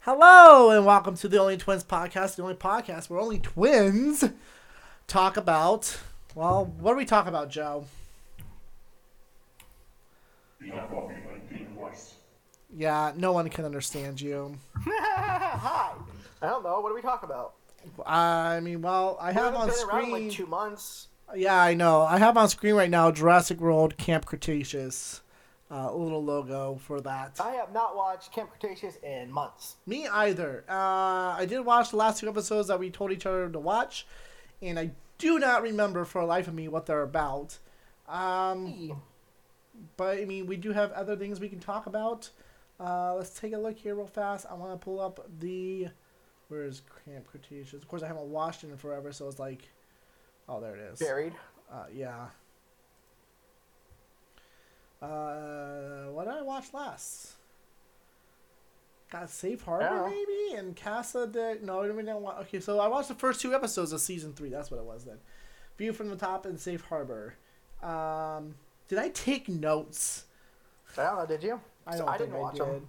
Hello and welcome to the Only Twins podcast, the only podcast where only twins talk about. Well, what do we talk about, Joe? Yeah, no one can understand you. Hi. I don't know. What do we talk about? I mean, well, I We have haven't on been around in like screen. two months. Yeah, I know. I have on screen right now Jurassic World Camp Cretaceous. Uh, little logo for that. I have not watched Camp Cretaceous in months. Me either. Uh, I did watch the last two episodes that we told each other to watch, and I do not remember for the life of me what they're about. Um, but I mean, we do have other things we can talk about. Uh, let's take a look here real fast. I want to pull up the. Where is Camp Cretaceous? Of course, I haven't watched it in forever, so it's like. Oh, there it is. Buried. Uh, yeah. Uh, what did I watch last? Got Safe Harbor Yeah. maybe and Casa de no, I didn't watch. Okay, so I watched the first two episodes of season three. That's what it was then. View from the top and Safe Harbor. Um, did I take notes? I don't know. Did you? I So don't think didn't I watch did. them.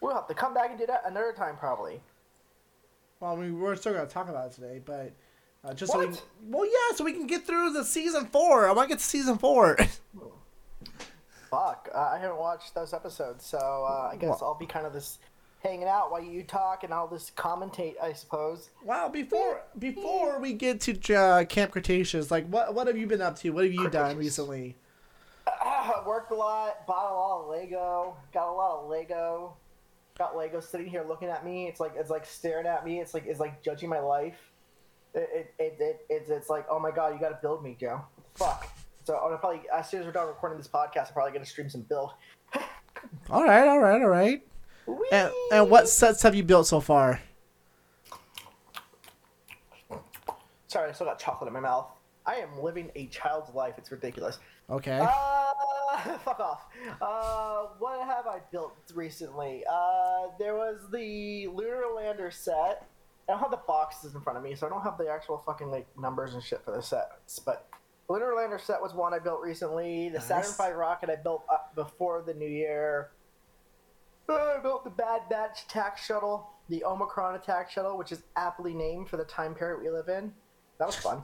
We'll have to come back and do that another time, probably. Well, we we're still gonna talk about it today, but uh, just so we, What? well, yeah, so we can get through the season four. I want to get to season four. Fuck. Uh, I haven't watched those episodes, so uh, I guess Well- I'll be kind of this hanging out while you talk, and I'll just commentate, I suppose. Wow, before before we get to uh, Camp Cretaceous, like what what have you been up to? What have you done Cretaceous. recently? Worked a lot. Bought a lot of Lego. Got a lot of Lego. Got Lego sitting here looking at me. It's like it's like staring at me. It's like it's like judging my life. It it, it, it it's it's like oh my god, you got to build me, Joe. Fuck. So I'm gonna probably as soon as we're done recording this podcast, I'm probably gonna stream some build. All right, all right, all right. Whee! And, and what sets have you built so far? Sorry, I still got chocolate in my mouth. I am living a child's life. It's ridiculous. Okay. Uh, fuck off. Uh, what have I built recently? Uh, there was the Lunar Lander set. I don't have the boxes in front of me, so I don't have the actual fucking like numbers and shit for the sets. But Lunar Lander set was one I built recently. The Saturn Nice. V rocket I built up before the New Year. Uh, I built the Bad Batch attack shuttle, the Omicron attack shuttle, which is aptly named for the time period we live in. That was fun.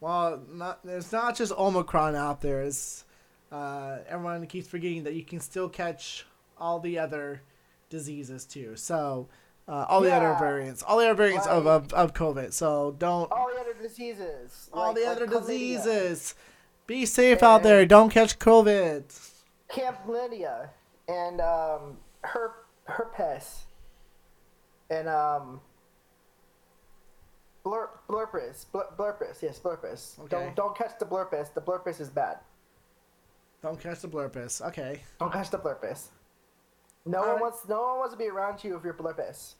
Well, not it's not just Omicron out there. It's uh, everyone keeps forgetting that you can still catch all the other diseases too. So uh, all the other Yeah. variants, all the other variants of, of of COVID. So don't All the other diseases. all like- the like other chlamydia. diseases. Be safe out there. Don't catch COVID. Camp Lydia and um, her herpes and um, blur, blurpus, blur, blurpus, yes, blurpus. Okay. Don't don't catch the blurpus. The blurpus is bad. Don't catch the blurpus. Okay. Don't catch the blurpus. No one Alright. wants no one wants to be around you if you're blurpus.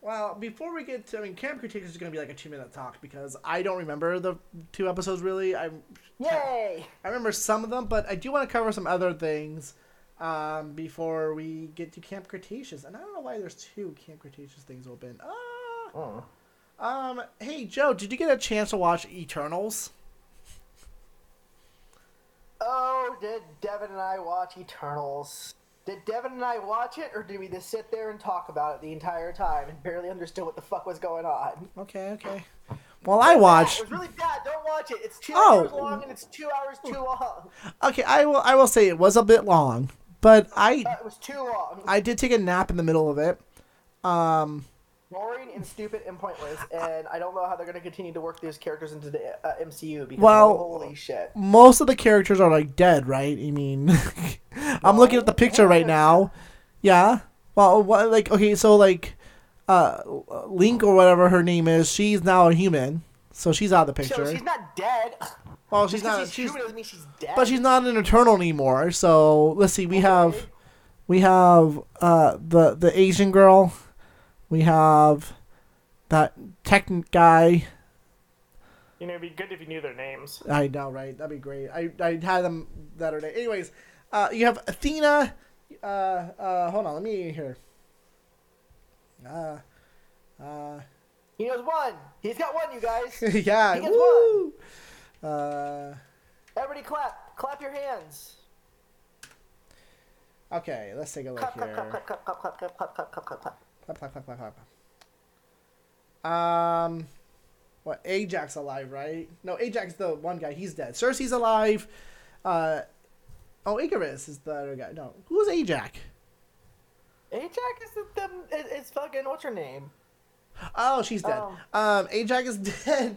Well, before we get to, I mean, Camp Cretaceous is going to be like a two-minute talk because I don't remember the two episodes really. I Yay! I remember some of them, but I do want to cover some other things um, before we get to Camp Cretaceous. And I don't know why there's two Camp Cretaceous things open. Ah. Mm. Um. Hey, Joe, did you get a chance to watch Eternals? Oh, did Devin and I watch Eternals? Did Devin and I watch it, or did we just sit there and talk about it the entire time and barely understood what the fuck was going on? Okay. Okay. Well, I watched. It was really bad. Don't watch it. It's two Oh. hours long and it's two hours too long. Okay. I will. I will say it was a bit long, but I Uh, it was too long. I did take a nap in the middle of it. Um. Boring and stupid and pointless. And I don't know how they're going to continue to work these characters into the uh, MCU because Well- holy shit. most of the characters are like dead, right? I mean, I'm looking at the picture right now. Yeah. Well, what, like okay, so like, uh, Link or whatever her name is, she's now a human, so she's out of the So picture. she's not dead. well, Just she's 'cause not. She's She's, human doesn't mean she's dead. but she's not an eternal anymore. So let's see. We have, Okay. we have uh the the Asian girl, we have that tech guy. You know, it'd be good if you knew their names. I know, right? That'd be great. I, I had them that other day. Anyways, uh, you have Athena. Uh, uh, hold on, let me here. Uh, uh, He knows one. He's got one, you guys. yeah. He gets Woo! Uh, Everybody clap. Clap your hands. Okay, let's take a look Clap, clap, here. clap, clap, clap, clap, clap, clap, clap, clap, clap, clap, clap. Clap, clap, clap, clap, clap. Um, what? Ajax alive, right? No, Ajax the one guy. He's dead. Cersei's alive. Uh, oh, Icarus is the other guy. No, who's Ajax? Ajax is the, the it- it's fucking what's her name? Oh, she's dead. Oh. Um, Ajax is dead.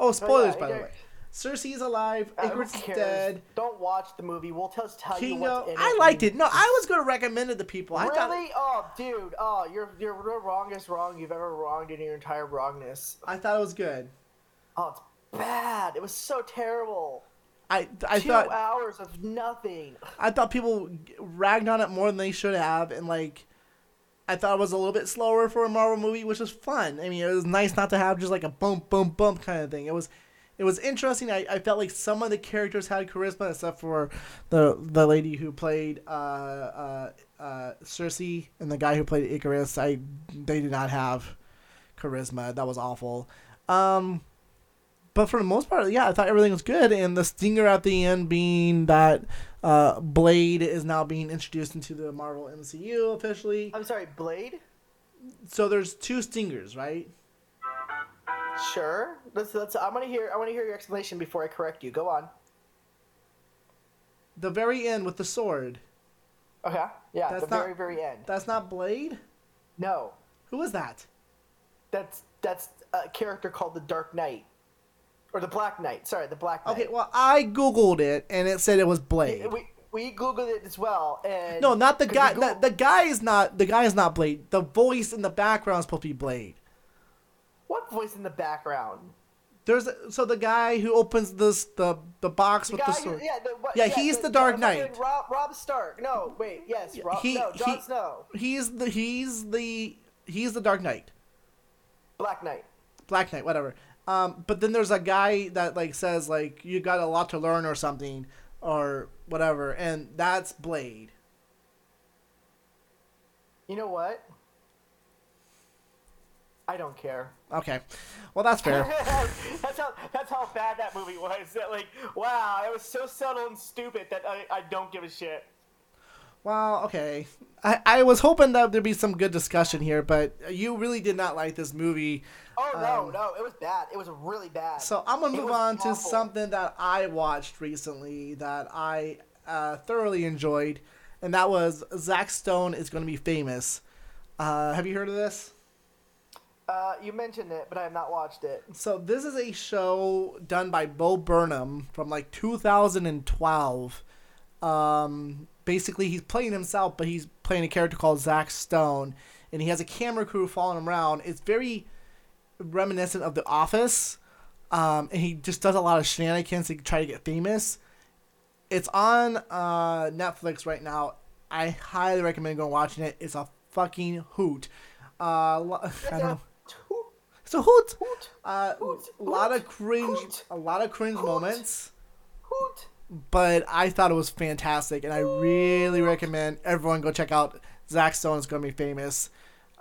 Oh, spoilers by the way. Ajax. Cersei is alive. Uh, who Icarus is cares? dead. Don't watch the movie. We'll just tell you what's Kingo. in it. I liked it. No, I was gonna recommend it to people. I Really? thought Oh, dude. Oh, you're you're the wrongest wrong you've ever wronged in your entire wrongness. I thought it was good. Oh, it's bad. It was so terrible. I I Two thought hours of nothing. I thought people g- ragged on it more than they should have, and like, I thought it was a little bit slower for a Marvel movie, which is fun. I mean, it was nice not to have just like a bump, bump, bump kind of thing. It was, it was interesting. I, I felt like some of the characters had charisma, except for the the lady who played uh, uh, uh, Cersei and the guy who played Icarus. I they did not have charisma. That was awful. Um, but for the most part, yeah, I thought everything was good. And the stinger at the end being that uh, Blade is now being introduced into the Marvel MCU officially. I'm sorry, Blade? So there's two stingers, right? Sure. Let's, let's, I'm gonna hear I wanna hear your explanation before I correct you. Go on. The very end with the sword. Okay. Yeah, That's the not- very, very end. That's not Blade. no. Who was that? That's that's a character called the Dark Knight. Or the Black Knight. Sorry, the Black Knight. Okay, well I googled it and it said it was Blade. we we googled it as well and No, not the 'cause guy. we The, Goog- the guy is not the guy is not Blade. The voice in the background is supposed to be Blade. what voice in the background? There's a, so the guy who opens this the the box The with the guy sword. who, yeah, the, what, Yeah, he's the Dark fucking Knight. Rob, Rob Stark. No, wait, yes, Rob. he- no, Jon he- Snow. He's the he's the he's the Dark Knight, Black Knight. Black Knight, whatever. Um, but then there's a guy that like says like you got a lot to learn or something or whatever, and that's Blade. You know what? I don't care. Okay, well that's fair. that's how that's how bad that movie was. That like, wow, it was so subtle and stupid that I, I don't give a shit. well, okay. I I was hoping that there'd be some good discussion here, but you really did not like this movie. Oh no, Um, no, it was bad. It was really bad. So I'm gonna It move was on to awful. something that I watched recently that I uh, thoroughly enjoyed, and that was Zack Stone is gonna be famous. Uh, have you heard of this? Uh, you mentioned it, but I have not watched it. So this is a show done by Bo Burnham from like 2012. Um, basically, he's playing himself, but he's playing a character called Zack Stone, and he has a camera crew following him around. It's very reminiscent of The Office, um, and he just does a lot of shenanigans to try to get famous. It's on uh, Netflix right now. I highly recommend going and watching it. It's a fucking hoot. Uh, lo- I don't know. Toot, It's a hoot. toot, Uh, Hoot, a lot of hoot, cringe, hoot, a lot of cringe hoot. moments, toot. but I thought it was fantastic, and I really recommend everyone go check out Zach Stone is gonna be famous.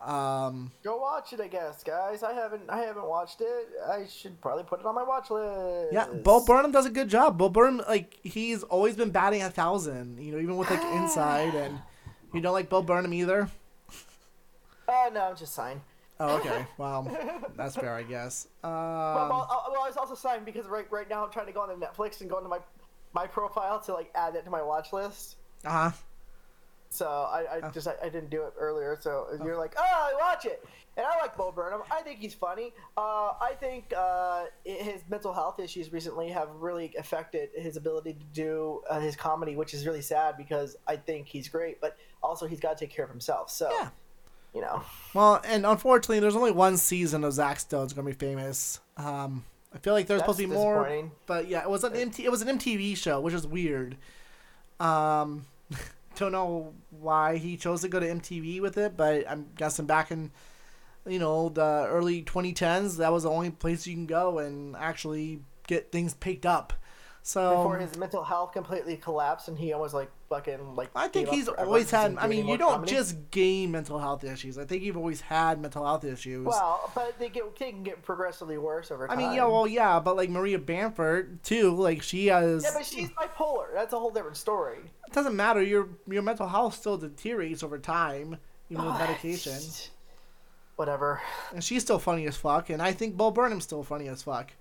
Um, Go watch it, I guess, guys. I haven't, I haven't watched it. I should probably put it on my watch list. yeah, Bo Burnham does a good job. Bo Burnham, like he's always been batting a thousand, you know, even with like Inside, Ah. and you don't like Bo Burnham either. Uh, no, I'm just signed. Oh, okay, wow, that's fair, I guess. well, uh, Um, well, well, I was also signed because right, right now I'm trying to go on to Netflix and go into my, my profile to like add it to my watch list. uh So I, Oh. I just I, I didn't do it earlier. So you're like, oh, watch it. And I like Bo Burnham. I think he's funny. Uh, I think uh, i- his mental health issues recently have really affected his ability to do uh, his comedy, which is really sad because I think he's great, but also he's got to take care of himself. So yeah. you know, Well, and unfortunately, there's only one season of Zack Stone's gonna be famous. Um, I feel like there's That's supposed to be more, disappointing. but yeah, it was an MT, it was an MTV show, which is weird. Um, don't know why he chose to go to MTV with it, but I'm guessing back in, you know, the early 2010s, that was the only place you can go and actually get things picked up. So before his mental health completely collapsed and he almost like fucking like. I think gave up he's forever always because he had. didn't I do any mean, more you don't comedy. just gain mental health issues. I think you've always had mental health issues. Well, but they get they can get progressively worse over I time. mean, yeah, well, yeah, but like Maria Bamford too. Like she has. yeah, but she's bipolar. That's a whole different story. It doesn't matter. Your your mental health still deteriorates over time, even with medication. Whatever. And she's still funny as fuck, and I think Bo Burnham's still funny as fuck.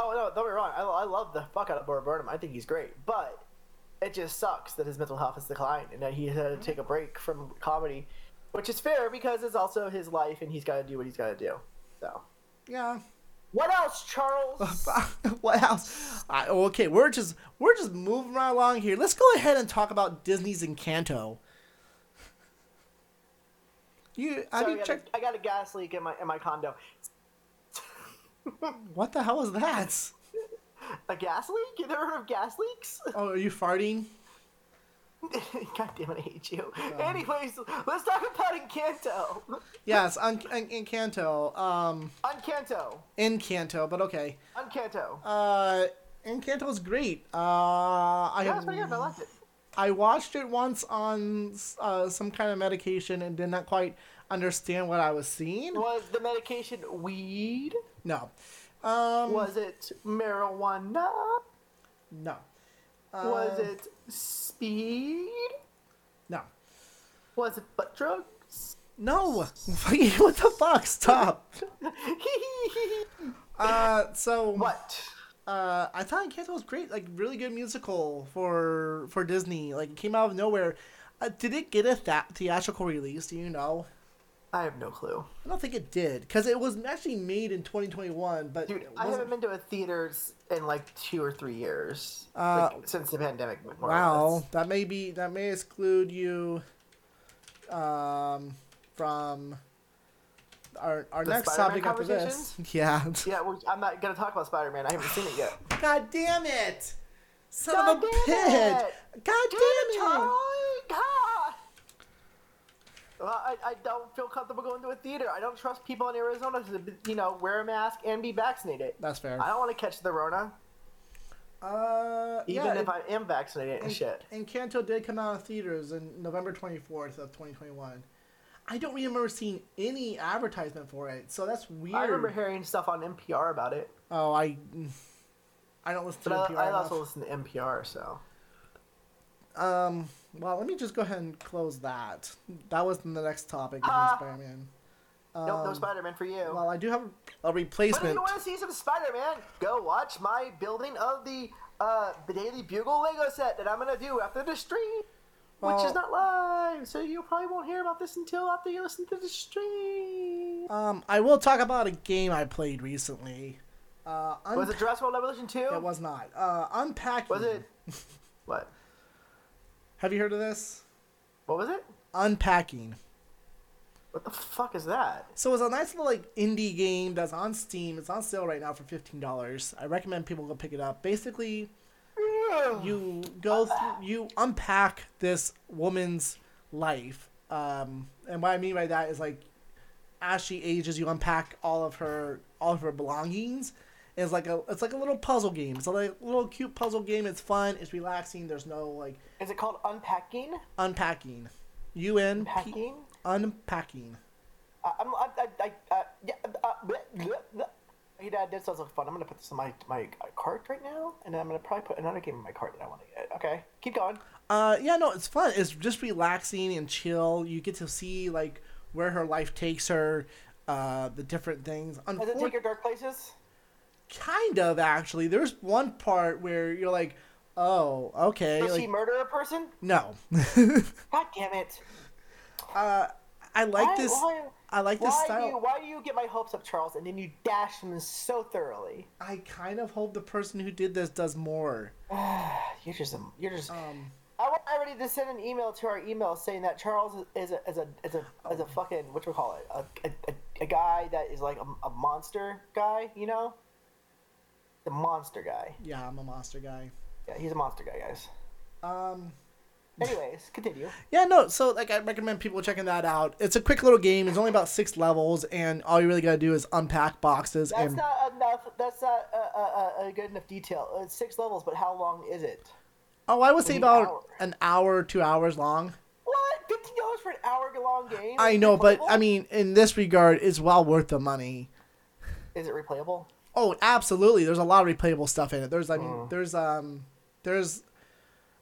Oh no, don't be wrong. I, I love the fuck out of Bo Burnham. I think he's great, but it just sucks that his mental health has declined and that he had to Mm-hmm. take a break from comedy, which is fair because it's also his life and he's got to do what he's got to do. So, Yeah. what else, Oh, Charles? what else? I, okay, we're just we're just moving right along here. Let's go ahead and talk about Disney's Encanto. You, I Sorry, mean, I, got check. a, I got a gas leak in my in my condo. What the hell is that? A gas leak? You never heard of gas leaks? Oh, are you farting? God damn it, I hate you. Um, Anyways, let's talk about Encanto. Yes, on, on Encanto. Um, Encanto. Encanto, but okay. Encanto. Uh, Encanto's great. Uh, I Yeah, it's pretty good. I liked it. I watched it once on uh, some kind of medication and did not quite understand what I was seeing. Was the medication weed? No, um, Was it marijuana? no, Was Uh, it speed? no, Was it butt drugs? no. what the fuck? Stop. Uh, so what? uh, I thought Encanto was great, like really good musical for for Disney. Like it came out of nowhere. Uh, did it get a th- theatrical release? Do you know? I have no clue. I don't think it did because it was actually made in 2021, but Dude, it I wasn't- haven't been to a theaters in like two or three years. Uh, like, since the pandemic. more or Wow, less. that may be that may exclude you um, from our our The next Spider-Man topic after this. Yeah. Yeah, well, I'm not gonna talk about Spider Man. I haven't seen it yet. God damn it! Son of God a damn bitch! it! God Dude, damn it! Charlie, God. Well, I, I don't feel comfortable going to a theater. I don't trust people in Arizona to, you know, wear a mask and be vaccinated. That's fair. I don't want to catch the Rona, Uh, even yeah, if I am vaccinated and and, shit. and Canto did come out in theaters in November 24th of 2021. I don't remember seeing any advertisement for it, so that's weird. I remember hearing stuff on NPR about it, Oh, I, I don't listen to but I, NPR I enough. also listen to NPR, so. Um. Well, let me just go ahead and close that. That was the next topic. Ah. Spider Man. nope, no Spider Man for you. Um, Well, I do have a But if replacement. you want to see some Spider-Man, go watch my building of the uh, Daily Bugle Lego set that I'm gonna do after the stream, which Well- is not live, so you probably won't hear about this until after you listen to the stream. Um, I will talk about a game I played recently. Uh, un- was it Jurassic World Evolution 2? It was not. Uh, unpacking. Was it? what? Have you heard of this? What was it? Unpacking. What the fuck is that? So it's a nice little like indie game that's on Steam. It's on sale right now for fifteen dollars. I recommend people go pick it up. Basically, you go through, you unpack this woman's life. Um, and what I mean by that is like, as she ages, you unpack all of her all of her belongings. It's like a it's like a little puzzle game. It's a like, little cute puzzle game. It's fun. It's relaxing. There's no like Is it called Unpacking? unpacking, U N P Unpacking? unpacking. I, I'm, I, I, I, uh, yeah, uh, bleh, bleh, bleh. Hey, Dad, that sounds like fun. I'm gonna put this in my my uh, cart right now, and then I'm gonna probably put another game in my cart that I want to get. Okay, keep going. Uh, yeah, no, it's fun. It's just relaxing and chill. You get to see like where her life takes her, uh, the different things. Does it Unfor- take your dark places? kind of actually. There's one part where you're like, "Oh, okay." Does like- she murder a person? no, God damn it! I like Why- this. why- I like this Why do style. you why do you get my hopes up, Charles, and then you dash them so thoroughly? I kind of hope the person who did this does more. You're just a, you're just. Um, I want everybody to send an email to our email saying that Charles is a is a is a, Oh. is a fucking what do we call it a, a, a, a guy that is like a, a monster guy, you know? The monster guy. yeah, I'm a monster guy. Yeah, he's a monster guy, guys. Um, Anyways, continue. yeah, no. So like, I recommend people checking that out. It's a quick little game. It's only about six levels, and all you really gotta do is unpack boxes That's and. not enough. That's not a, a, a good enough detail. It's six levels, but how long is it? Oh, I would say An about hour. an hour, two hours long. What? Fifteen dollars for an hour-long game? I Is it know, but I replayable? mean, in this regard, it's well worth the money. is it replayable? Oh, absolutely. There's a lot of replayable stuff in it. There's, I mean, there's um, there's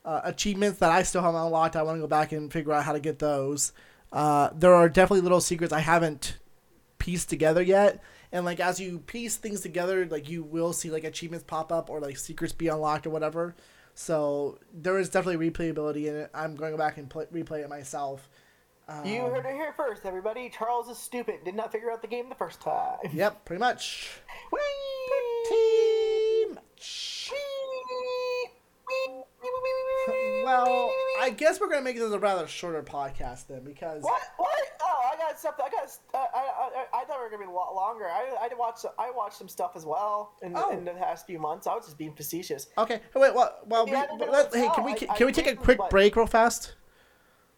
uh, achievements that I still haven't unlocked. I want to go back and figure out how to get those. Uh, there are definitely little secrets I haven't pieced together yet. And like as you piece things together, like you will see like achievements pop up or like secrets be unlocked or whatever. So there is definitely replayability in it. I'm going back and play, replay it myself. Um, You heard it here first, everybody. Charles is stupid. Did not figure out the game the first time. Yep, pretty much. Whee! Pretty much. Well, I guess we're gonna make this a rather shorter podcast then because What? What? Oh, I got something. I got. Uh, I, I I thought we were gonna be a lot longer. I I watched I watched some stuff as well in, the Oh. in the past few months. I was just being facetious. okay, wait, well, well, we, Yeah, no, no, no, let, hey, can no, we I- can I we take a agree, quick but- break real fast?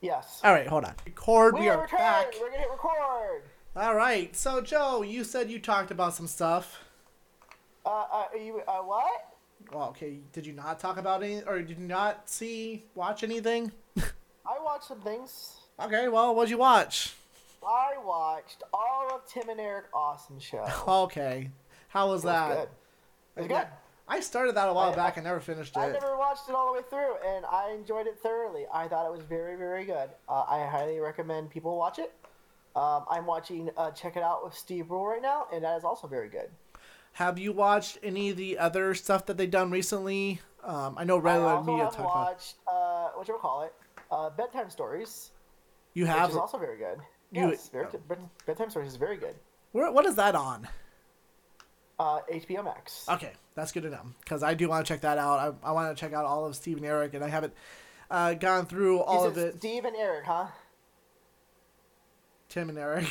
Yes. All right, hold on. Record. Uh, We, are returned. back. We're gonna hit record. All right. So Joe, you said you talked about some stuff. Uh, uh, are you uh, what? Well, okay. Did you not talk about any, or did you not see, watch anything? I watched some things. okay. Well, what'd you watch? I watched all of Tim and Eric Awesome Show. Okay. How was It Oh. was that? good. It was good. I started that a while I- back and never finished it. I never watched it all the way through, and I enjoyed it thoroughly. I thought it was very, very good. Uh, I highly recommend people watch it. Um, I'm watching uh, Check It Out with Steve Rule right now, and that is also very good. Have you watched any of the other stuff that they've done recently? Um, I know I regular also media have talked about. watched uh, what you call it, uh, Bedtime Stories, You which have. is also very good. You- Oh. Yes, very good. Bed- Bedtime Stories is very good. Where, what is that on? Uh, HBO Max. Okay, that's good to know because I do want to check that out. I, I want to check out all of Steve and Eric, and I haven't uh, gone through all You of said it. Steve and Eric, huh? Tim and Eric.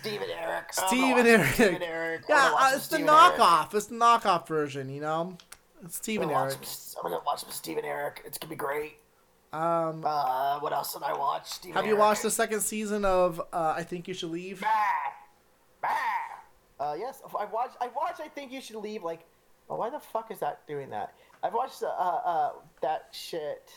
Steve and Eric. I'm gonna Steve and watch Eric. Steve and Eric. I'm Yeah, gonna watch uh, some it's the Steve and Eric. knockoff. It's the knockoff version, you know. It's Steve I'm and gonna watch Eric. some- I'm gonna watch some Steve and Eric. It's gonna be great. Um, Uh, what else did I watch? Steve have and you Eric. watched the second season of uh, I Think You Should Leave? Bah! Bah! Uh, yes, I watched. I watched. I think you should leave. Like, oh, why the fuck is that doing that? I've watched uh, uh, that shit.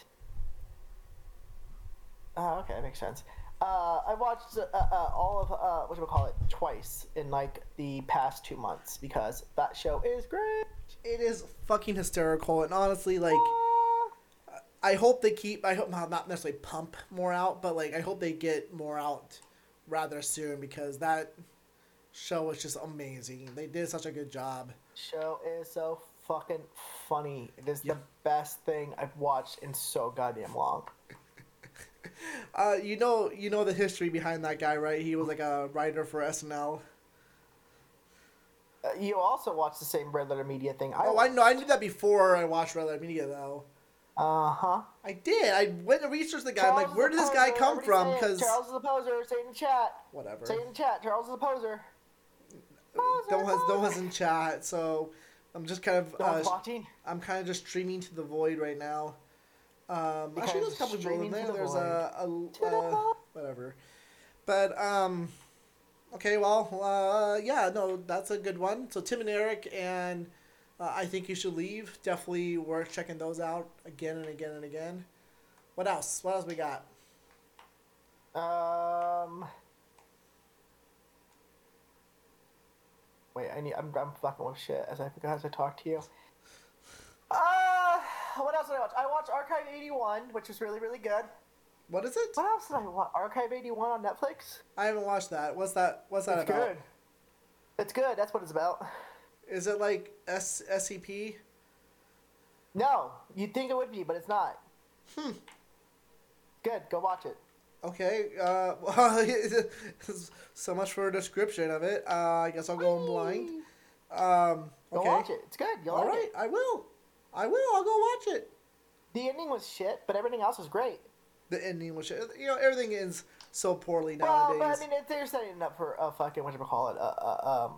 Uh, okay, that makes sense. Uh, I watched uh, uh, all of uh, what do we call it twice in like the past two months because that show is great. It is fucking hysterical, and honestly, like. I hope they keep. I hope well, not necessarily pump more out, but like I hope they get more out rather soon because that show was just amazing. They did such a good job. show is so fucking funny. It is Yeah. the best thing I've watched in so goddamn long. Uh, you know, you know the history behind that guy, right? He was like a writer for SNL. Uh, you also watch the same Red Letter Media thing. Oh, I know. I knew that before I watched Red Letter Media, though. Uh huh. I did. I went and researched the guy. I'm like, where did this guy come from? Because Charles is a poser. Say it in chat. whatever. Say it in chat. Charles is a poser. Don't has don't has in chat, so I'm just kind of No one's uh, watching. I'm kind of just streaming to the void right now. Um, You're actually, kinda there's a just couple people in streaming to there. the There's void. a, To a, the uh void. whatever, but um, okay, well, uh, yeah, no, that's a good one. So Tim and Eric and uh, I think you should leave. Definitely worth checking those out again and again and again. What else? What else we got? Um. Wait, I need. I'm, I'm fucking with shit as I forgot how to talk to you. Uh, what else did I watch? I watched Archive 81, which was really, really good. What is it? What else did I watch? Archive 81 on Netflix? I haven't watched that. What's that? What's that It's about? good. It's good. That's what it's about. Is it like S- E SCP? No, you'd think it would be, but it's not. Hmm. Good. Go watch it. Okay, uh, well, so much for a description of it. Uh, I guess I'll go in blind. Um, Go okay. watch it. It's good. You'll All like right, it. I will. I will. I'll go watch it. The ending was shit, but everything else was great. The ending was, you know, everything ends so poorly Well, nowadays. but I mean, it, they're setting it up for a fucking what call it? Uh, uh, um,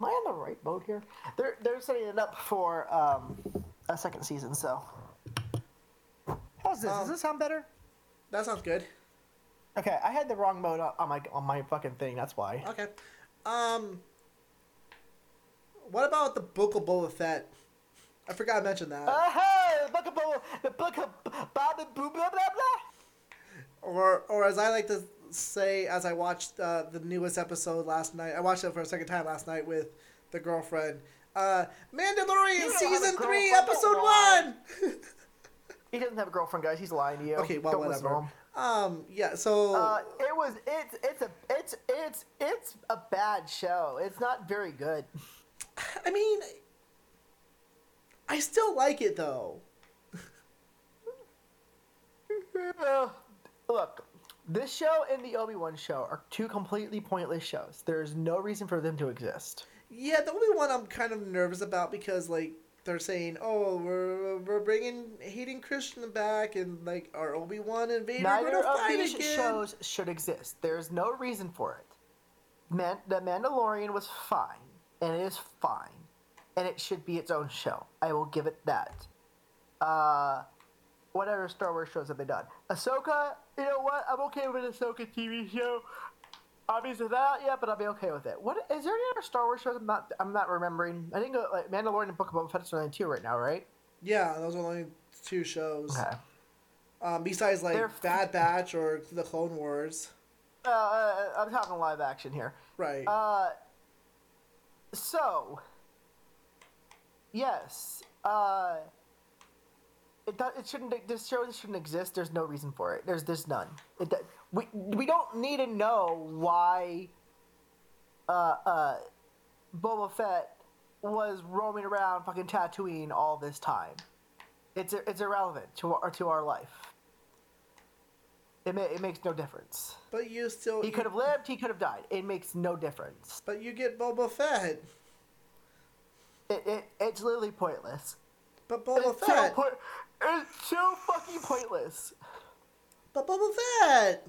am I on the right boat here? They're they're setting it up for um, a second season. So, how's this? Um, Does this sound better? that sounds good. Okay, I had the wrong mode on, on my on my fucking thing. That's why. Okay. Um, what about the book of Boba Fett? I forgot I mentioned that. Uh, hey, the book of Boba, the book of Bob and Boo, blah blah blah. or or as I like to say, as I watched uh, the newest episode last night, I watched it for a second time last night with the girlfriend. Uh, Mandalorian You don't have a season three, girlfriend, episode don't lie. one. He doesn't have a girlfriend, guys. He's lying to you. Okay, well, Don't listen to whatever. him. Um, yeah. So Uh, it was it's it's a it's it's it's a bad show. It's not very good. I mean, I still like it though. Look, this show and the Obi Wan show are two completely pointless shows. There's no reason for them to exist. Yeah, the only one I'm kind of nervous about because like they're saying, oh, we're we're bringing Hayden Christian back and like our Obi Wan and Vader are Neither gonna of fight these again. shows should exist. There's no reason for it. Man- the Mandalorian was fine, and it is fine, and it should be its own show. I will give it that. Uh, what other Star Wars shows have they done? Ahsoka, you know what? I'm okay with an Ahsoka TV show. Obviously that, yeah, but I'll be okay with it. What is there any other Star Wars shows I'm not I'm not remembering? I think uh, like Mandalorian and Book of Boba Fett's only two right now, right? Yeah, those are the only two shows. Okay. Um, besides like They're- Bad Batch or the Clone Wars, Uh, uh, I'm talking live action here. right? Uh, so, yes, uh, it do- it shouldn't this show shouldn't exist. There's no reason for it. There's there's none. It, do- we we don't need to know why. Uh, uh, Boba Fett was roaming around fucking Tatooine all this time. It's it's irrelevant to our to our life. It ma- it makes no difference. but you still, He could have lived. He could have died. It makes no difference. but you get Boba Fett. It, it it's literally pointless. But Boba it's Fett. So point, it's so fucking pointless. but Boba Fett.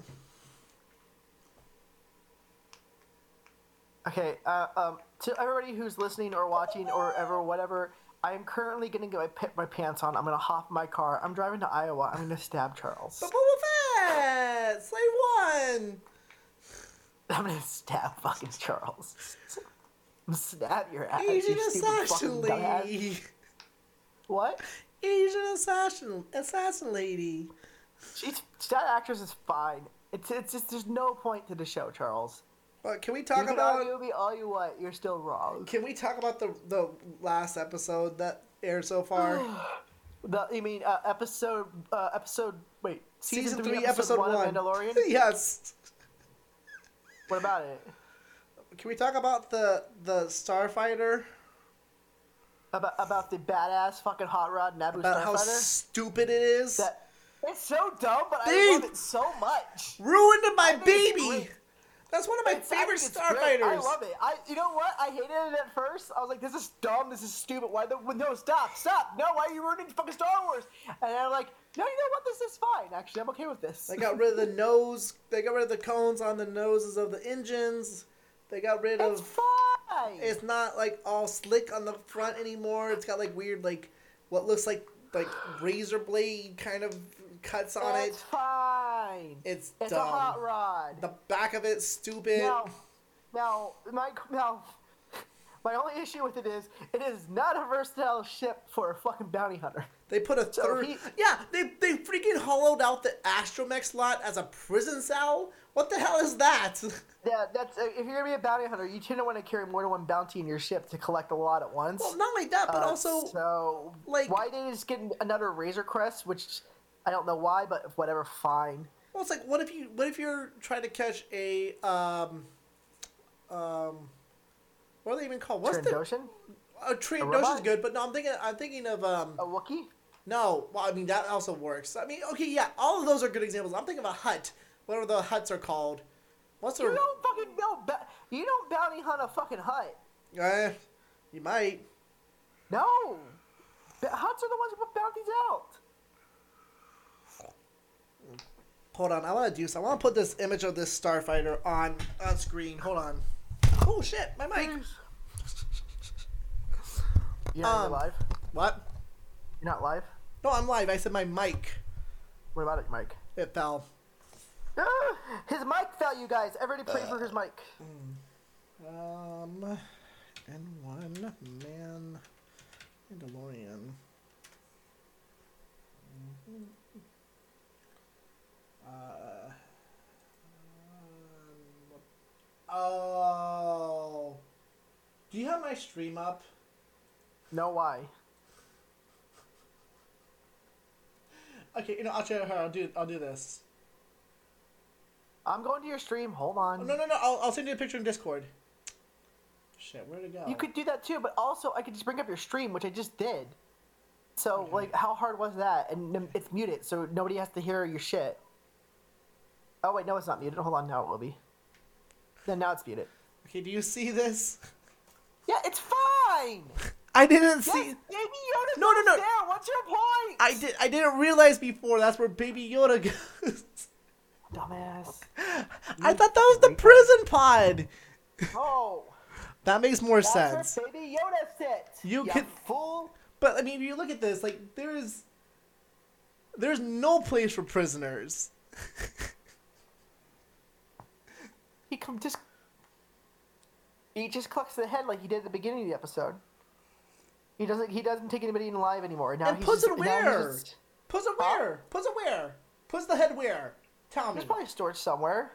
Okay. Uh, um. To everybody who's listening or watching or ever whatever, I am currently gonna get my pa- my pants on. I'm gonna hop in my car. I'm driving to Iowa. I'm gonna stab Charles. But Boba Fett. Slave one. I'm gonna stab fucking Charles. Stab your ass. you Asian stupid assassin fucking dumbass. lady. What? Asian assassin assassin lady. She's that actress is fine. It's it's just there's no point to the show, Charles. But can we talk you can about argue with me all you want. You're still wrong. can we talk about the the last episode that aired so far? The, you mean uh, episode? Uh, episode? Wait, Season three, episode one. of Mandalorian. yes. what about it? Can we talk about the the starfighter? About about the badass fucking hot rod Naboo About how Starfighter. stupid it is. That it's so dumb, but I Babe! love it so much. Ruined my think it's baby. great. That's one of my It's- I favorite think it's great. I starfighters. love it. I, you know what? I hated it at first. I was like, "This is dumb. This is stupid. Why the no? Stop! Stop! No! Why are you ruining fucking Star Wars?" And then I'm like, "No, you know what? This is fine. Actually, I'm okay with this." They got rid of the nose. They got rid of the cones on the noses of the engines. They got rid it's of fine. it's not like all slick on the front anymore. It's got like weird like what looks like like razor blade kind of cuts on It's it. fine. It's It's dumb. a hot rod. The back of it's stupid. now, now, my now, my only issue with it is it is not a versatile ship for a fucking bounty hunter. They put a third. he- yeah, they they freaking hollowed out the astromech slot as a prison cell. What the hell is that? Yeah, that's uh, if you're gonna be a bounty hunter, you tend to want to carry more than one bounty in your ship to collect a lot at once. well, not only that, but Uh, also so like- why didn't just get another Razor Crest? Which I don't know why, but whatever, fine. Well, it's like what if you what if you're trying to catch a um um what are they even called? What's the Trandoshan, a tree? A Notion's robot? Oh. good, but no, I'm thinking I'm thinking of um a Wookiee. no. Well, I mean that also works. I mean, okay, yeah, all of those are good examples. I'm thinking of a hut. Whatever the huts are called. What's You their? don't fucking know. Ba- you don't bounty hunt a fucking hut. Eh, you might. No! The Huts are the ones who put bounties out! Hold on, I want to do so. I want to put this image of this starfighter on on screen. Hold on. Oh shit, my mic. Hmm. You're not Um, even live? What? You're not live? No, I'm live. I said my mic. What about it, Mike? It fell. Ah, his mic fell, you guys! Everybody pray for his mic. Um, and one man Mandalorian. Mm-hmm. Uh, um, oh, do you have my stream up? No, why? Okay, you know, I'll show her. I'll do. I'll do this. I'm going to your stream. Hold Oh, on. no, no, no. I'll, I'll send you a picture in Discord. Shit, where'd it go? You could do that too, but also I could just bring up your stream, which I just did. So like, how hard was that? And n- it's muted, so nobody has to hear your shit. Oh wait, no, it's not muted. Hold on, now it will be. Then now it's muted. Okay, do you see this? Yeah, it's fine. I didn't Yes, see. Baby Yoda. No, no, goes no. There. What's your point? I did. I didn't realize before. That's where Baby Yoda goes. Dumbass. I thought that was the prison pod. Oh, That makes more that's sense. where Baby Yoda sits. You ya could- fool. But I mean, if you look at this, like there is, there's no place for prisoners. He come just. He just clucks the head like he did at the beginning of the episode. He doesn't. He doesn't take anybody in alive anymore. Now And he's puts just, it now he's where? just- Oh. Puts it where? Puts it where? Puts the head where? Tell me. There's probably a storage somewhere.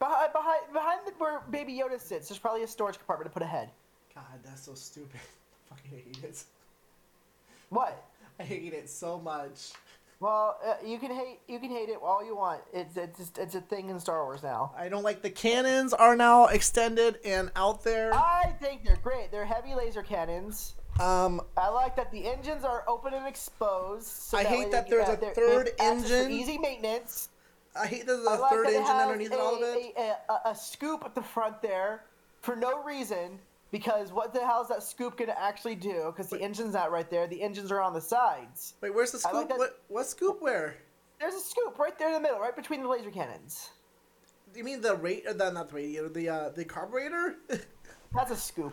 Behind, behind, behind the, where Baby Yoda sits, there's probably a storage compartment to put a head. God, that's so stupid. I fucking hate it. What? I hate it so much. Well, uh, you can hate you can hate it all you want. It's it's just- it's a thing in Star Wars now. I don't like the cannons are now extended and out there. I think they're great. They're heavy laser cannons. Um, I like that the engines are open and exposed. So I that hate way that they- there's uh, a they're- third they have access for engine. Easy maintenance. I hate that there's I a like third that it engine has underneath a, all of it. A, a, a scoop at the front there for no reason because what the hell is that scoop going to actually do? Because the engine's not right there. The engines are on the sides. Wait, where's the I scoop? like that- What? What scoop? Where? There's a scoop right there in the middle, right between the laser cannons. You mean the rate? The not the radiator. The uh, the carburetor. That's a scoop.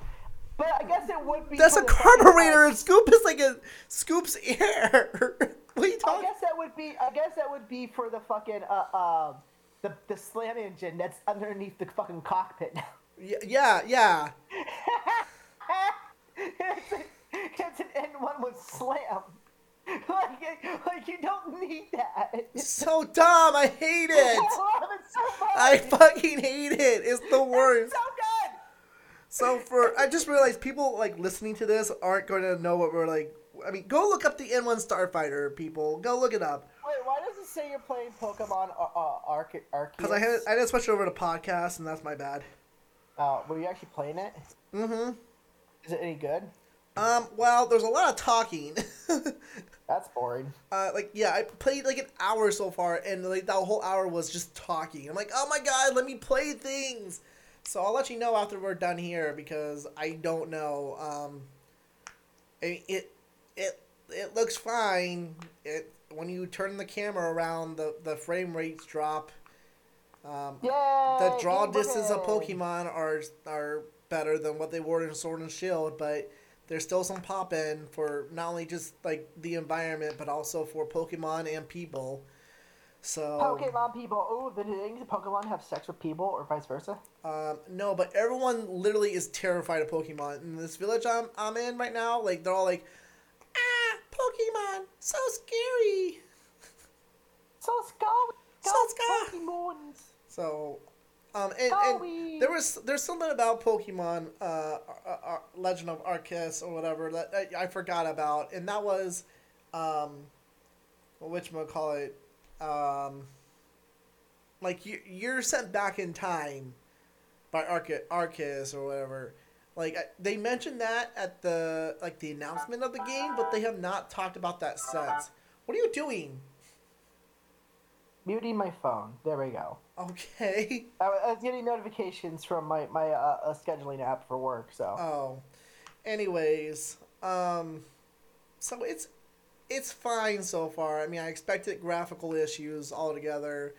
But I guess it would be. That's for a the fucking carburetor. lights. and Scoop is like a scoops air. what are you I talking? guess that would be. I guess that would be for the fucking uh um the the slam engine that's underneath the fucking cockpit now. Yeah, yeah, yeah. it's, an, it's an N1 with slam. Like, it- like you don't need that. So dumb. I hate I it. love it so much. I fucking hate it. It's the it's worst. so good. So for I just realized people like listening to this aren't going to know what we're like. I mean, go look up the N1 Starfighter, people. Go look it up. Wait, why does it say you're playing Pokemon uh, uh, Arc Arceus? Cause I had I didn't switch over to podcast, and that's my bad. Oh, were you actually playing it? Mm-hmm. Is it any good? Um. Well, there's a lot of talking. That's boring. uh, like yeah, I played like an hour so far, and like that whole hour was just talking. I'm like, oh my god, let me play things. So I'll let you know after we're done here because I don't know. Um, I- it it it looks fine. It when you turn the camera around, the the frame rates drop. Um, Yeah. the draw distance of oh. Pokemon are are better than what they were in Sword and Shield, but there's still some pop in for not only just like the environment, but also for Pokemon and people. So Pokemon people. Oh, the things that Pokemon have sex with people, or vice versa. um, no, but everyone literally is terrified of Pokemon in this village I'm I'm in right now. Like they're all like, ah, Pokemon, so scary. So let's go. So Go let's go. Pokemons. So, um, and, Howie. and there was there's something about Pokemon, uh, Ar- Ar- Legend of Arceus or whatever that I, I forgot about, and that was, um, which call it, um, like you you're sent back in time, by Arce- Arceus or whatever. Like I, they mentioned that at the like the announcement of the game, but they have not talked about that since. What are you doing? Muting my phone. There we go. Okay. I wa- I was getting notifications from my my uh, uh, scheduling app for work, so Oh. Anyways, um so it's it's fine so far. I mean, I expected graphical issues altogether.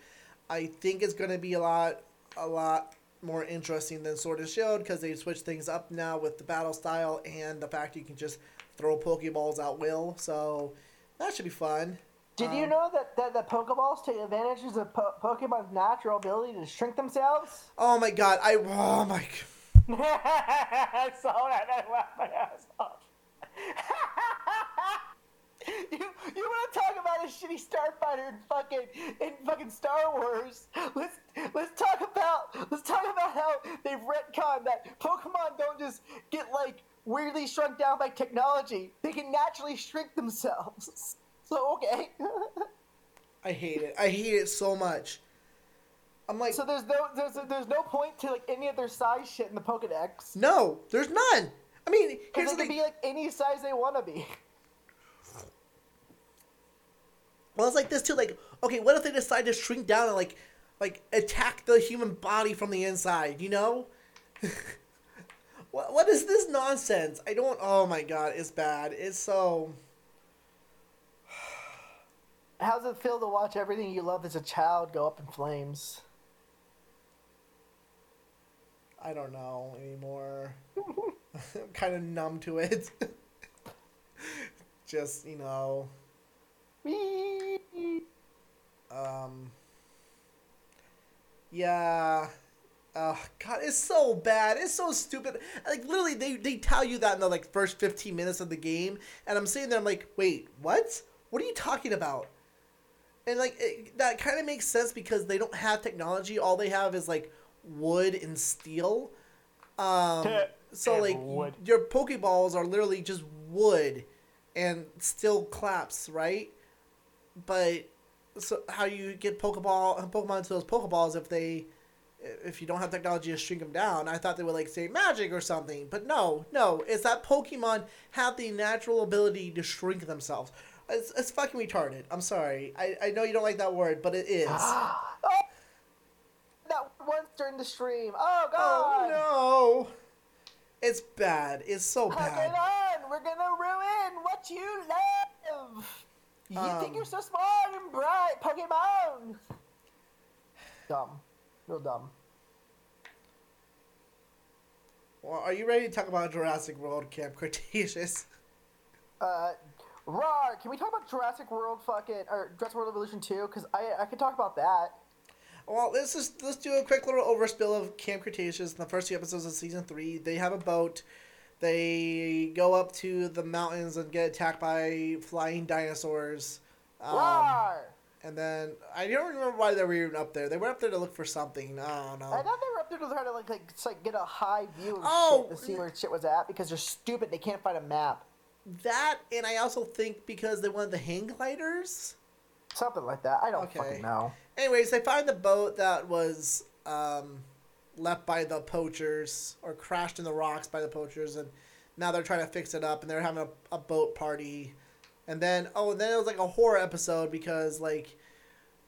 I think it's going to be a lot a lot more interesting than Sword and Shield cuz they switched things up now with the battle style and the fact you can just throw pokeballs at will. So, that should be fun. did you Um, know that, that that Pokeballs take advantages of po- Pokemon's natural ability to shrink themselves? Oh my god. I oh my g- I saw that. I laughed my ass off. you you want to talk about a shitty starfighter in fucking in fucking Star Wars? Let's let's talk about let's talk about how they've retconned that Pokemon don't just get like weirdly shrunk down by technology. They can naturally shrink themselves. So okay. I hate it. I hate it so much. I'm like, so there's no there's there's no point to like any of their size shit in the Pokedex. no, there's none. I mean, here's Because the they can thing. be like any size they want to be. Well, it's like this too. Like, okay, what if they decide to shrink down and like, like attack the human body from the inside? You know, what what is this nonsense? I don't. Oh my god, it's bad. It's so. How does it feel to watch everything you love as a child go up in flames? I don't know anymore. I'm kind of numb to it. Just you know, um, yeah. Oh god, it's so bad. It's so stupid. Like literally, they they tell you that in the like first fifteen minutes of the game, and I'm sitting there, I'm like, wait, what? What are you talking about? And like it, that kind of makes sense because they don't have technology. All they have is like wood and steel. Um, so And like wood. your pokeballs are literally just wood and still claps, right? But so how you get pokeball Pokemon into those pokeballs if they if you don't have technology to shrink them down? I thought they would like say magic or something, but no, no, it's that Pokemon have the natural ability to shrink themselves. It's, it's fucking retarded. I'm sorry. I, I know you don't like that word, but it is. oh, That once during the stream. Oh god! oh no, it's bad. It's so Hang bad. on! We're gonna ruin what you love. You Um, think you're so smart and bright, Pokemon? Dumb, real dumb. Well, are you ready to talk about Jurassic World Camp Cretaceous? Uh, Rar, can we talk about Jurassic World fucking or Jurassic World Evolution Two? Because I I could talk about that. Well, let's just let's do a quick little overspill of Camp Cretaceous in the first two episodes of season three. They have a boat. They go up to the mountains and get attacked by flying dinosaurs. Um, Rar. and then I don't remember why they were even up there. They were up there to look for something. I don't know. I thought they were up there to try to like, like, s- like get a high view of Oh, shit to see where shit was at because they're stupid. They can't find a map. That and I also think because they wanted the hang gliders. Something like that. I don't Okay. fucking know. Anyways, they find the boat that was um, left by the poachers or crashed in the rocks by the poachers, and now they're trying to fix it up and they're having a, a boat party. And then, oh, and then it was like a horror episode because like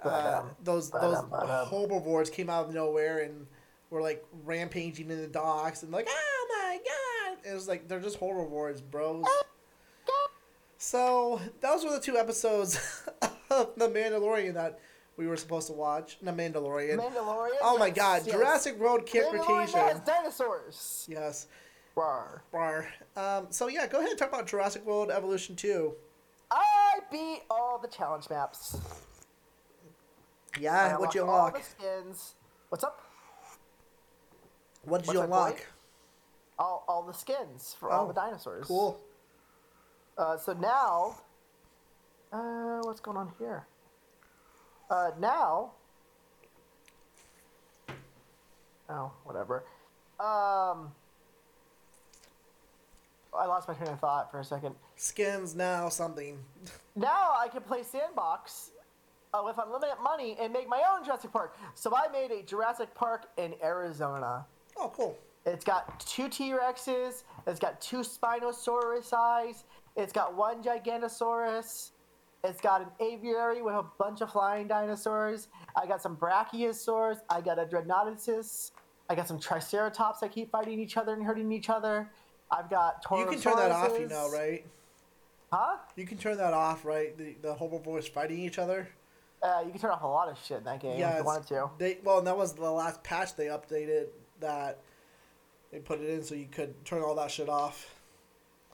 uh, Ba-dum, those those ba-dum, ba-dum. herbivores came out of nowhere and were like rampaging in the docks and like, oh my god! It was like they're just herbivores, bros. So those were the two episodes of The Mandalorian that we were supposed to watch. The Mandalorian. Mandalorian. oh my yes, God! yes. Jurassic World Camp Mandalorian has Cretaceous. dinosaurs. Yes. Rar. Bar. Um, so yeah, go ahead and talk about Jurassic World Evolution Two. I beat all the challenge maps. I Yeah. What'd you unlocked all unlock? the skins. What's up? What did What's you my point? unlock? All, all the skins for all Oh, the dinosaurs. Cool. Uh, so now, uh, what's going on here? Uh, now, oh, whatever. Um, I lost my train of thought for a second. Skins now something. Now I can play Sandbox uh, with unlimited money and make my own Jurassic Park. So I made a Jurassic Park in Arizona. Oh, cool. It's got two T Rexes. It's got two Spinosaurus eyes. It's got one Giganosaurus. It's got an aviary with a bunch of flying dinosaurs. I got some Brachiosaurs. I got a Dreadnoughtus. I got some Triceratops that keep fighting each other and hurting each other. I've got You can turn that off, you know, Taurosaurus. right? Huh? You can turn that off, right? The the herbivores fighting each other. Uh, you can turn off a lot of shit in that game if Yeah, you wanted to. They well, and that was the last patch they updated that they put it in, so you could turn all that shit off.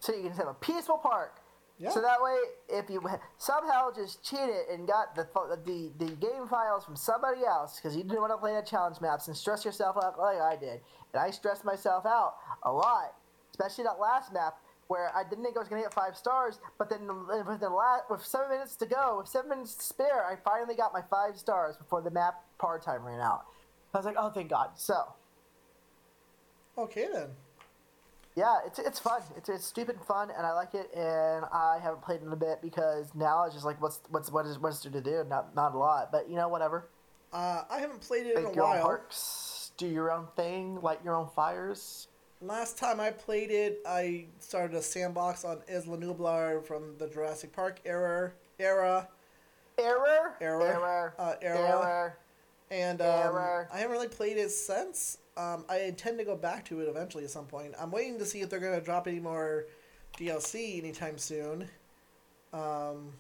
so you can just have a peaceful park. Yeah. So that way, if you ha- somehow just cheated and got the fo- the, the game files from somebody else because you didn't want to play the challenge maps and stress yourself out like I did, and I stressed myself out a lot, especially that last map where I didn't think I was gonna get five stars, but then the- with the last with seven minutes to go, with seven minutes to spare, I finally got my five stars before the map par time ran out. I was like, oh thank God. So Okay then. Yeah, it's it's fun. It's it's stupid fun, and I like it. And I haven't played in a bit because now it's just like what's what's what is what's there to do? Not not a lot, but you know whatever. Uh, I haven't played it in Make a your own while. parks, do your own thing, light your own fires. Last time I played it, I started a sandbox on Isla Nublar from the Jurassic Park era, era, Error. Error. Error. Uh, error. Error. and um, Error. I haven't really played it since. Um, I intend to go back to it eventually at some point. I'm waiting to see if they're going to drop any more DLC anytime soon. Um,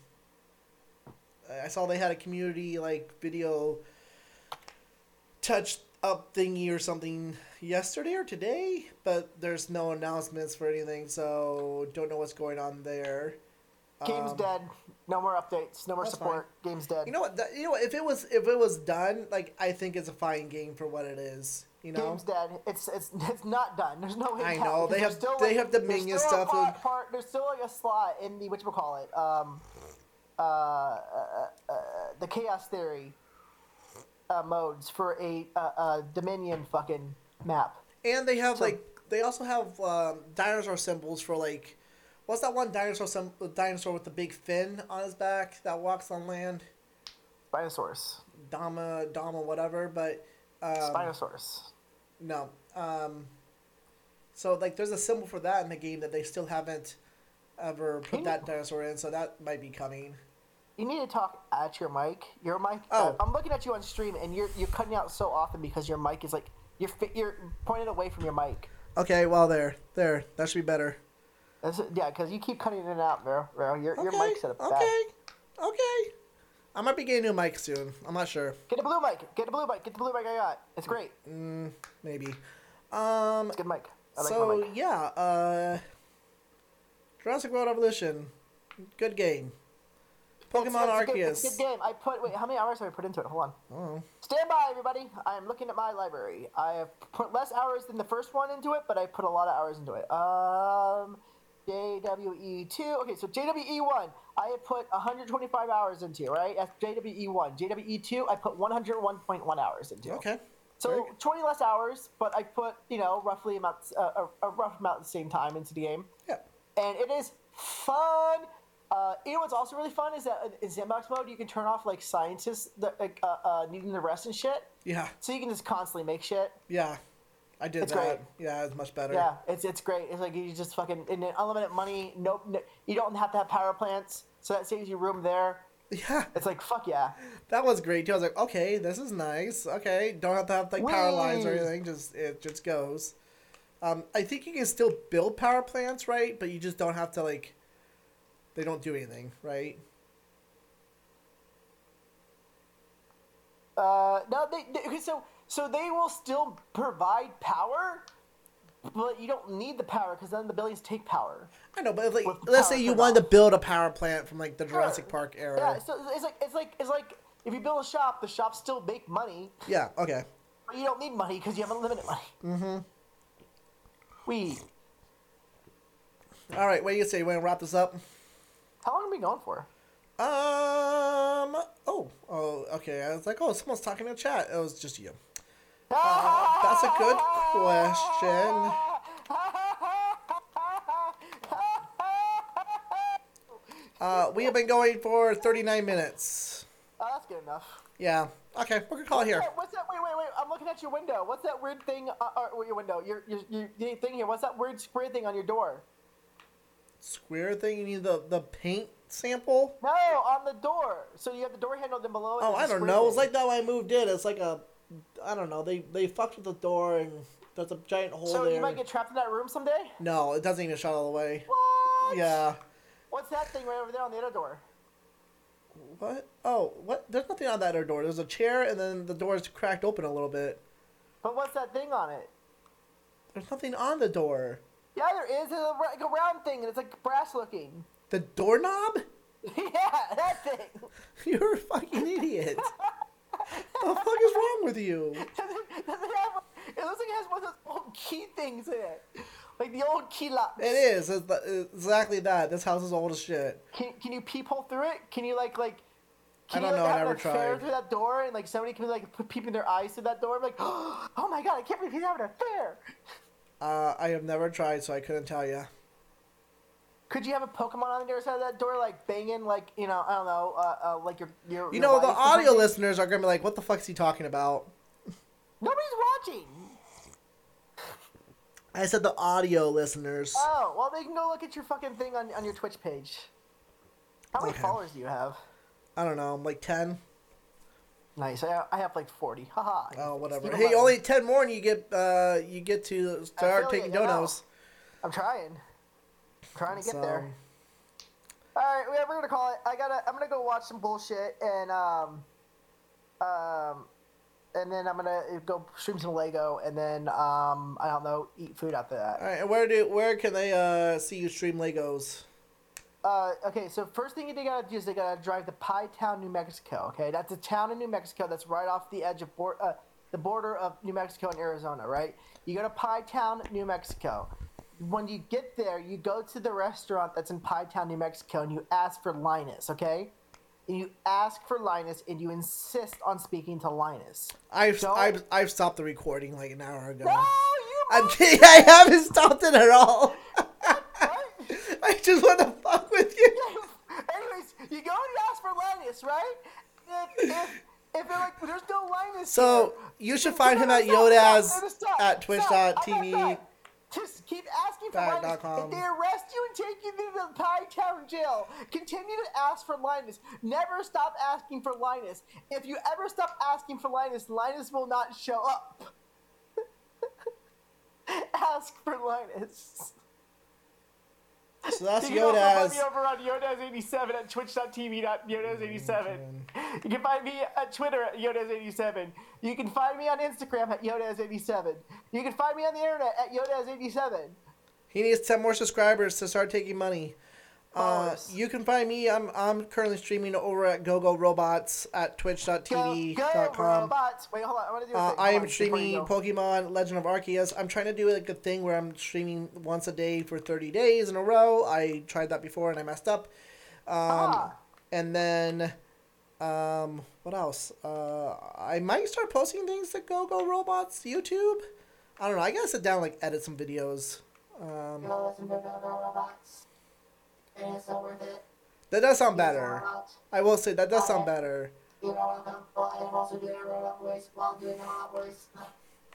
I- I saw they had a community like video touch up thingy or something yesterday or today, but there's no announcements for anything, so don't know what's going on there. Game's Um, dead. No more updates. No more that's support. Game's dead. You know what? That, you know what, if it was if it was done, like I think it's a fine game for what it is. You know, Game's dead. It's it's it's not done. There's no. way I down, know, because they there's have- they have the there's Minion still a stuff Part, and- part- there's still like a slot in the what call it. Um, uh, uh, uh, the chaos theory uh, modes for a uh, uh, Dominion fucking map. and they have So- like they also have um, dinosaur symbols for like what's that one dinosaur sim- dinosaur with the big fin on his back that walks on land, Dinosaurs. Dama Dama whatever, but um, Spinosaurus. No. Um, so like, there's a symbol for that in the game that they still haven't ever put that dinosaur in. So that might be coming. You need to talk at your mic. Your mic. Oh. Uh, I'm looking at you on stream, and you're you're cutting out so often because your mic is like you're fi- you're pointed away from your mic. Okay. Well, there, there. That should be better. That's, yeah, because you keep cutting in and out, bro. bro. Your, your okay. mic's set up Okay. bad. Okay. I might be getting a new mic soon. I'm not sure. Get a blue mic. Get a blue mic. Get the blue mic I got. It's great. It's Maybe. Um. a good mic. I like my so mic. yeah. Uh. Jurassic World Evolution. Good game. Pokemon it's, it's a good- Arceus. It's a good game. I put wait, how many hours have I put into it? Hold on. Oh. Stand by, everybody. I am looking at my library. I have put less hours than the first one into it, but I put a lot of hours into it. Um, JWE two. Okay, so JWE one, I have put 125 hours into. Right, that's JWE one. JWE two, I put 101.1 hours into. Okay. Very So good. 20 less hours, but I put you know roughly amount uh, a, a rough amount of the same time into the game Yeah. and it is fun. Uh, you know what's also really fun is that in- in sandbox mode you can turn off like scientists that, like uh, uh, needing the rest and shit, Yeah. so you can just constantly make shit. Yeah. I did It's that. great. Yeah, it's much better. Yeah, it's it's great. It's like you just fucking and then unlimited money. Nope, no, you don't have to have power plants, so that saves you room there. Yeah, It's like fuck yeah. that was great too. I was like, okay, this is nice. Okay, don't have to have like power lines or Whee! anything. Just it just goes. Um, I think you can still build power plants, right? But you just don't have to like. They don't do anything, right? Uh, no, they, they okay, so so they will still provide power, but you don't need the power because then the buildings take power. I know, but if, like, With let's power say you cut wanted to off. build a power plant from like the Sure. Jurassic Park era. Yeah, so it's like it's like it's like if you build a shop, the shops still make money, yeah. Okay. but you don't need money because you have unlimited money. Mm-hmm. We. All right. What do you say? You want to wrap this up? How long have we been going for? Um. Oh. Oh. Okay. I was like, oh, someone's talking in chat. It was just you. Uh, That's a good question. Uh, we have been going for 39 minutes. Oh, that's good enough. Yeah. Okay, we're gonna call it here. Hey, what's that? Wait, wait, wait! I'm looking at your window. What's that weird thing? Uh, uh, well, your window, your, your your your thing here. What's that weird square thing on your door? Square thing. You need the the paint sample. No, on the door. So you have the door handle, then below it. Oh, is a I don't square know. It's thing. like that when I moved in. It's like a, I don't know. They they fucked with the door and there's a giant hole So there. you might get trapped in that room someday. No, it doesn't even shut all the way. What? Yeah. What's that thing right over there on the other door? What? Oh, what? There's nothing on that other door. There's a chair and then the door is cracked open a little bit. But what's that thing on it? There's nothing on the door. Yeah, there is it's a, like a round thing, and it's like brass looking. The doorknob? yeah, that thing. You're a fucking idiot. what the fuck is wrong with you? Does it, does it, have, it looks like it has one of those old key things in it, like the old key lock. It is. It's the- exactly that. This house is old as shit. Can, can you peephole through it? Can you like like? I Can don't you, know, I like, have, never like, stare tried. through that door, and like somebody can be like p- peeping their eyes through that door, like, oh my god, I can't believe he's having an affair. Uh, I have never tried, so I couldn't tell you. Could you have a Pokemon on the other side of that door, like banging, like you know, I don't know, uh, uh, like your your. You your know, the wife or audio something? listeners are gonna be like, "What the fuck's he talking about?" Nobody's watching. I said the audio listeners. Oh well, they can go look at your fucking thing on, on your Twitch page. How many Okay. followers do you have? I don't know, like ten. Nice. I, I have like forty. Haha. Oh, whatever. Even Hey, less. only ten more, and you get uh, you get to start Affiliate, taking I know. donos. I'm trying. I'm trying to get So- there. All right, yeah, we're gonna call it. I gotta. I'm gonna go watch some bullshit and um, um, and then I'm gonna go stream some Lego and then um, I don't know, eat food after All that. right, and where do where can they uh see you stream Legos? Uh, okay, so first thing they gotta do is they gotta drive to Pie Town, New Mexico. Okay, that's a town in New Mexico that's right off the edge of bor- uh, the border of New Mexico and Arizona. Right, you go to Pie Town, New Mexico. When you get there, you go to the restaurant that's in Pie Town, New Mexico, and you ask for Linus. Okay, and you ask for Linus, and you insist on speaking to Linus. I've, Don't- I've I've stopped the recording like an hour ago. No, you. I'm kidding. I haven't stopped it at all. Right? I just want to fuck with you. Anyways, you go and you ask for Linus, right? If, if, if they're like, there's no Linus. So here, you should no, find no, him no, at stop, Yodaz stop, no, stop, at stop, I'm not twitch.tv. done. Just keep asking for dot Linus. com. If they arrest you and take you to the Pie Town jail, continue to ask for Linus. Never stop asking for Linus. If you ever stop asking for Linus, Linus will not show up. ask for Linus. So that's You can also find Yodaz. me over on Yodas87 at twitch.tv.yodas87. You can find me at Twitter at Yodas87. You can find me on Instagram at Yodas87. You can find me on the internet at Yodas87. He needs ten more subscribers to start taking money. Uh, Followers. you can find me. I'm I'm currently streaming over at GoGo Robots at Go, go, twitch.tv.com. robots! Wait, hold on. I want to do a Uh, thing. I Hold am on, before you streaming go. Pokemon Legend of Arceus. I'm trying to do like a thing where I'm streaming once a day for 30 days in a row. I tried that before and I messed up. Um, Ah. And then, um, what else? Uh, I might start posting things to GoGo Robots YouTube. I don't know. I gotta sit down and, like edit some videos. Um, Go listen to Go Robots. It is so worth it. that does sound Be a better. robot. I will say that does sound better. Be a robot, but and also be a robot voice while doing a robot voice.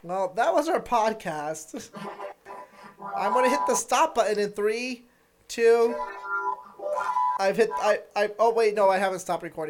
Well, that was our podcast. I'm gonna hit the stop button in three, two. I've hit. I. I. Oh wait, no, I haven't stopped recording.